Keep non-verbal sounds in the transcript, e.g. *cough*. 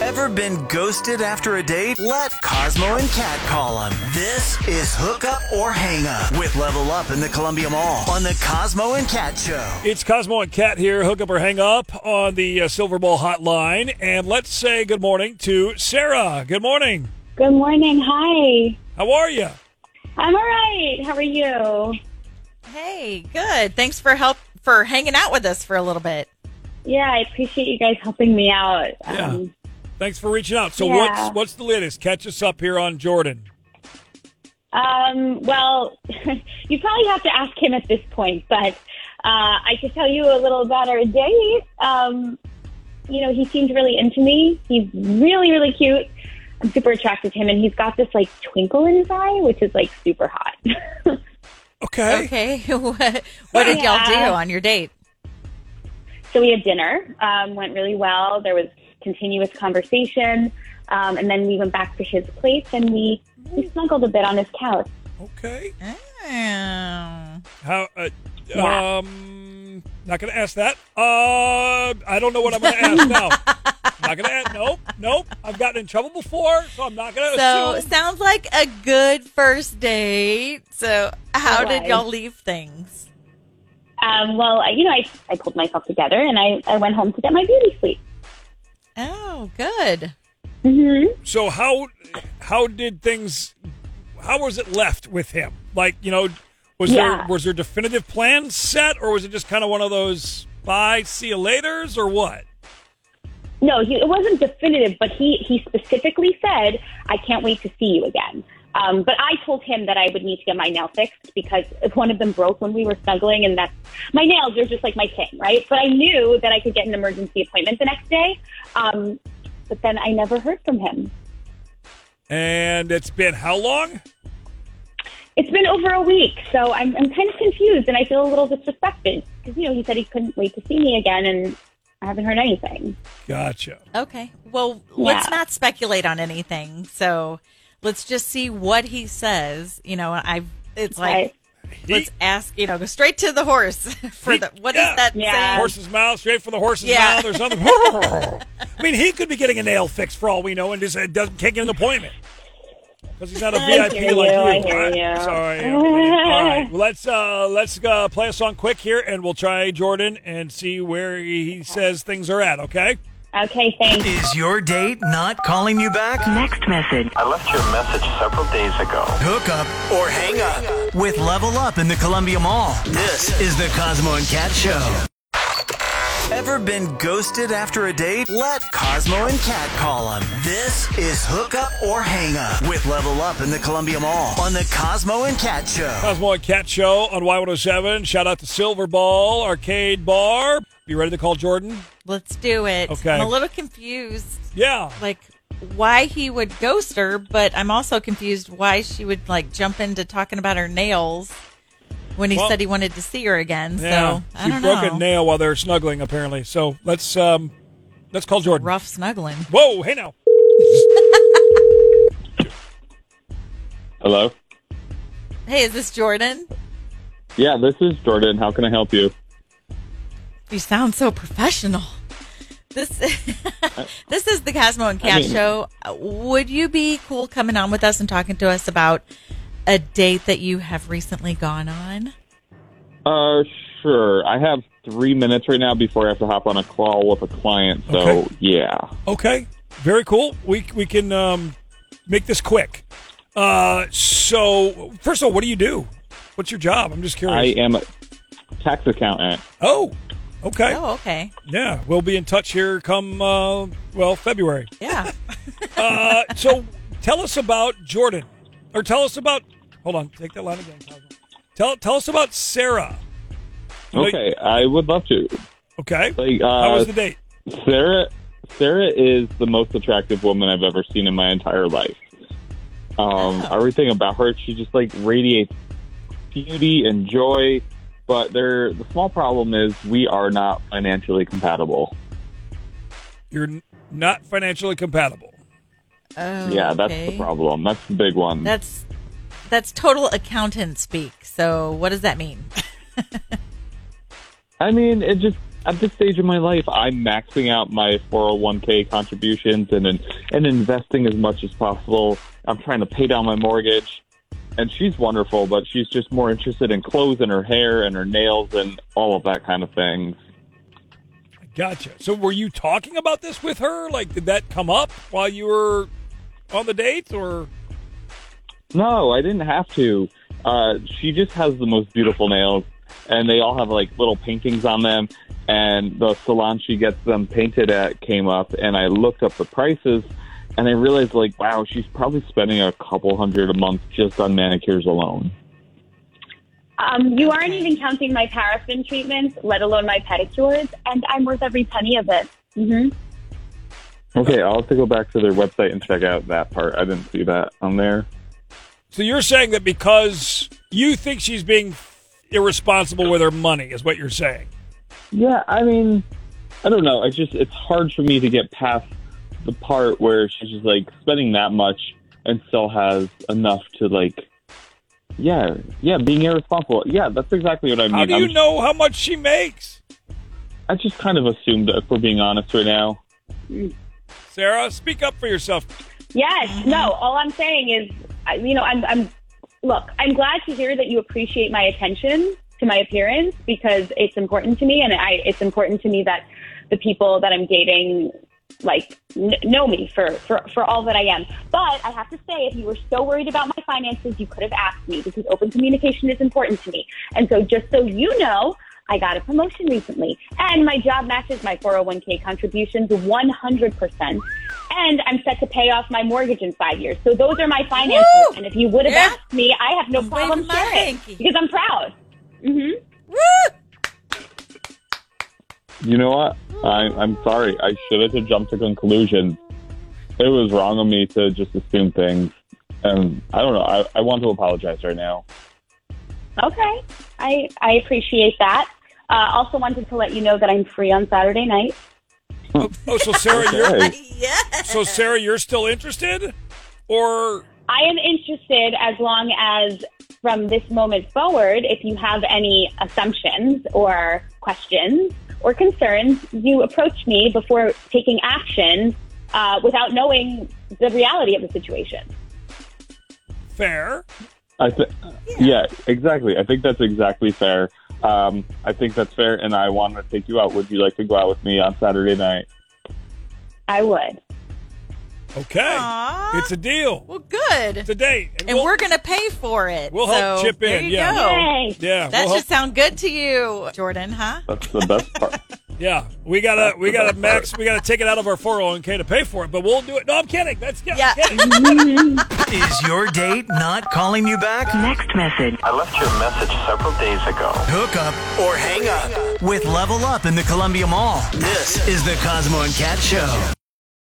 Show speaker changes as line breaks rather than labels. Ever been ghosted after a date? Let Cosmo and Cat call them. This is Hook Up or Hang Up with Level Up in the Columbia Mall on the Cosmo and Cat Show.
It's Cosmo and Kat here, hook up or hang up on the uh, Silver Bowl hotline. And let's say good morning to Sarah. Good morning.
Good morning. Hi.
How are you?
I'm all right. How are you?
Hey, good. Thanks for help for hanging out with us for a little bit.
Yeah, I appreciate you guys helping me out.
Yeah.
Um,
Thanks for reaching out. So,
Yeah.
what's what's the latest? Catch us up here on Jordan.
um, well, *laughs* you probably have to ask him at this point, but uh, I could tell you a little about our date. Um, you know, he seemed really into me. He's really, really cute. I'm super attracted to him, and he's got this like twinkle in his eye, which is like super hot. *laughs*
Okay.
Okay. *laughs* what what did y'all do
Yeah.
on your date?
So we had dinner, um, went really well. There was continuous conversation. Um, and then we went back to his place and we, we snuggled a bit on his couch.
Okay.
Oh.
How? Uh,
Yeah.
Um. Not going to ask that. Uh, I don't know what I'm going to
*laughs*
ask now. Not going to ask. Nope. Nope. I've gotten in trouble before, so I'm not going to.
So
assume.
sounds like a good first date. So how did
Right.
y'all leave things?
Um, well, I, you know, I, I pulled myself together and I, I went home to get my beauty sleep.
Oh, good.
hmm
So how how did things how was it left with him? Like, you know, was there
Yeah.
was there definitive plan set or was it just kind of one of those bye see you laters or what?
No, he, it wasn't definitive, but he, he specifically said, I can't wait to see you again. Um, but I told him that I would need to get my nail fixed because if one of them broke when we were snuggling, and that's my nails are just like my thing, right? But I knew that I could get an emergency appointment the next day. Um, but then I never heard from him.
And it's been how long?
It's been over a week, so I'm, I'm kind of confused and I feel a little disrespected because, you know, he said he couldn't wait to see me again, and I haven't heard anything.
Gotcha.
Okay. Well, let's
Yeah.
not speculate on anything. So let's just see what he says. You know, I it's like
Right.
let's ask, you know, go straight to the horse *laughs* for
He-
the what is
yeah.
that
Yeah.
saying?
Horse's mouth, straight for the horse's
Yeah.
mouth or
*laughs*
something. I mean, he could be getting a nail fixed for all we know and just uh, doesn't, can't get an appointment. Because he's not a
*laughs* I
VIP
hear you,
like you.
I hear
All right,
you. *laughs*
Sorry. everybody. all right. Well, let's uh, let's uh, play a song quick here, and we'll try Jordan and see where he says things are at. Okay.
Okay, thanks.
Is your date not calling you back?
Next message.
I left you a message several days ago.
Hook up or hang up with Level Up in the Columbia Mall. This is the Cosmo and Cat Show. Ever been ghosted after a date? Let Cosmo and Cat call them. This is Hook Up or Hang Up with Level Up in the Columbia Mall on the Cosmo and Cat Show.
Cosmo and Cat Show on Y107. Shout out to Silver Ball Arcade Bar. You ready to call Jordan?
Let's do it.
Okay.
I'm a little confused,
Yeah.
like why he would ghost her, but I'm also confused why she would like jump into talking about her nails when he
Well-
said he wanted to see her again.
Yeah.
so I
she
don't
broke
know.
a nail while they're snuggling, apparently. So let's um, let's call Jordan.
Rough snuggling.
Whoa! Hey now.
Hello.
Hey, is this Jordan?
Yeah, this is Jordan. How can I help you?
You sound so professional. This *laughs* this is the Cosmo and Cat
mean-
show. Would you be cool coming on with us and talking to us about a date that you have recently gone on?
Uh, sure. I have three minutes right now before I have to hop on a call with a client. So
Okay.
yeah.
Okay, very cool. We we can um, make this quick. Uh, so first of all, what do you do? What's your job? I'm just
I
curious.
am a tax accountant.
oh, okay,
Oh, okay.
yeah. We'll be in touch here come uh, well February.
Yeah.
Uh, so tell us about Jordan, or tell us about. Hold on, take that line again. Cosmo. Tell tell us about Sarah. Like-
Okay, I would love to.
Okay.
Like,
How
uh,
was the date?
Sarah. Sarah is the most attractive woman I've ever seen in my entire life. Um,
Ah.
everything about her, she just like radiates beauty and joy. But there, the small problem is we are not financially compatible.
You're n- not financially compatible.
Oh,
*laughs* Yeah, that's
okay.
the problem. That's the big one.
That's that's total accountant speak. So what does that mean?
I mean, it just at this stage in my life, I'm maxing out my 401k contributions and and investing as much as possible. I'm trying to pay down my mortgage, and she's wonderful, but she's just more interested in clothes and her hair and her nails and all of that kind of things.
Gotcha. So were you talking about this with her? Like, did that come up while you were on the date, or
No, I didn't have to. Uh, she just has the most beautiful nails, and they all have like little paintings on them. And the salon she gets them painted at came up, and I looked up the prices, and I realized like, wow, she's probably spending a couple hundred a month just on manicures alone.
Um, you aren't even counting my paraffin treatments, let alone my pedicures, and I'm worth every penny of it. hmm
Okay, I'll have to go back to their website and check out that part. I didn't see that on there.
so? You're saying that because you think she's being irresponsible with her money is what you're saying.
Yeah, I mean, I don't know. I just it's hard for me to get past the part where she's just like spending that much and still has enough to like, yeah, yeah, being irresponsible. Yeah, that's exactly what I mean.
How do you
I'm-
know how much she makes?
I just kind of assumed, if we're being honest right now.
Sarah, speak up for yourself.
Yes. No. All I'm saying is, I- you know, I'm, I'm. Look, I'm glad to hear that you appreciate my attention to my appearance because it's important to me, and I, it's important to me that the people that I'm dating like n- know me for, for for all that I am. But I have to say, if you were so worried about my finances, you could have asked me because open communication is important to me. And so, just so you know. I got a promotion recently, and my job matches my 401k contributions 100%. And I'm set to pay off my mortgage in five years. So those are my finances.
Woo!
And if you would have
Yeah.
asked me, I have no
I'm
problem
waving my
sharing
hanky.
because I'm proud. hmm
*laughs* Woo!
You know what? I'm I'm sorry. I should have just jumped to conclusions. It was wrong of me to just assume things. And I don't know. I, I want to apologize right now.
Okay, I I appreciate that. Uh, also wanted to let you know that I'm free on Saturday night.
Oh, so Sarah, you're
Okay.
Uh, Yes.
so Sarah, you're still interested, or
I am interested as long as from this moment forward, if you have any assumptions or questions or concerns, you approach me before taking action uh, without knowing the reality of the situation.
fair?
I th- yeah. exactly. I think that's exactly fair. Um, I think that's fair, and I want to take you out. Would you like to go out with me on Saturday night?
I would.
Okay,
Aw.
it's a deal.
well, good.
It's a date,
and
we'll-
we're gonna pay for it.
we'll help
So,
chip
There
in,
you
yeah.
go.
Yay.
yeah.
That
we'll
should sound good to you, Jordan, huh?
That's the best part.
Yeah, we gotta we
the
gotta
best
max we gotta take it out of our 401k to pay for it, but we'll do it. No, I'm kidding. That's yeah.
Yeah.
I'm kidding.
Is your date not calling you back?
Next message.
I left you a message several days ago.
Hook up or hang up with Level Up in the Columbia Mall. This is the Cosmo and Cat Show.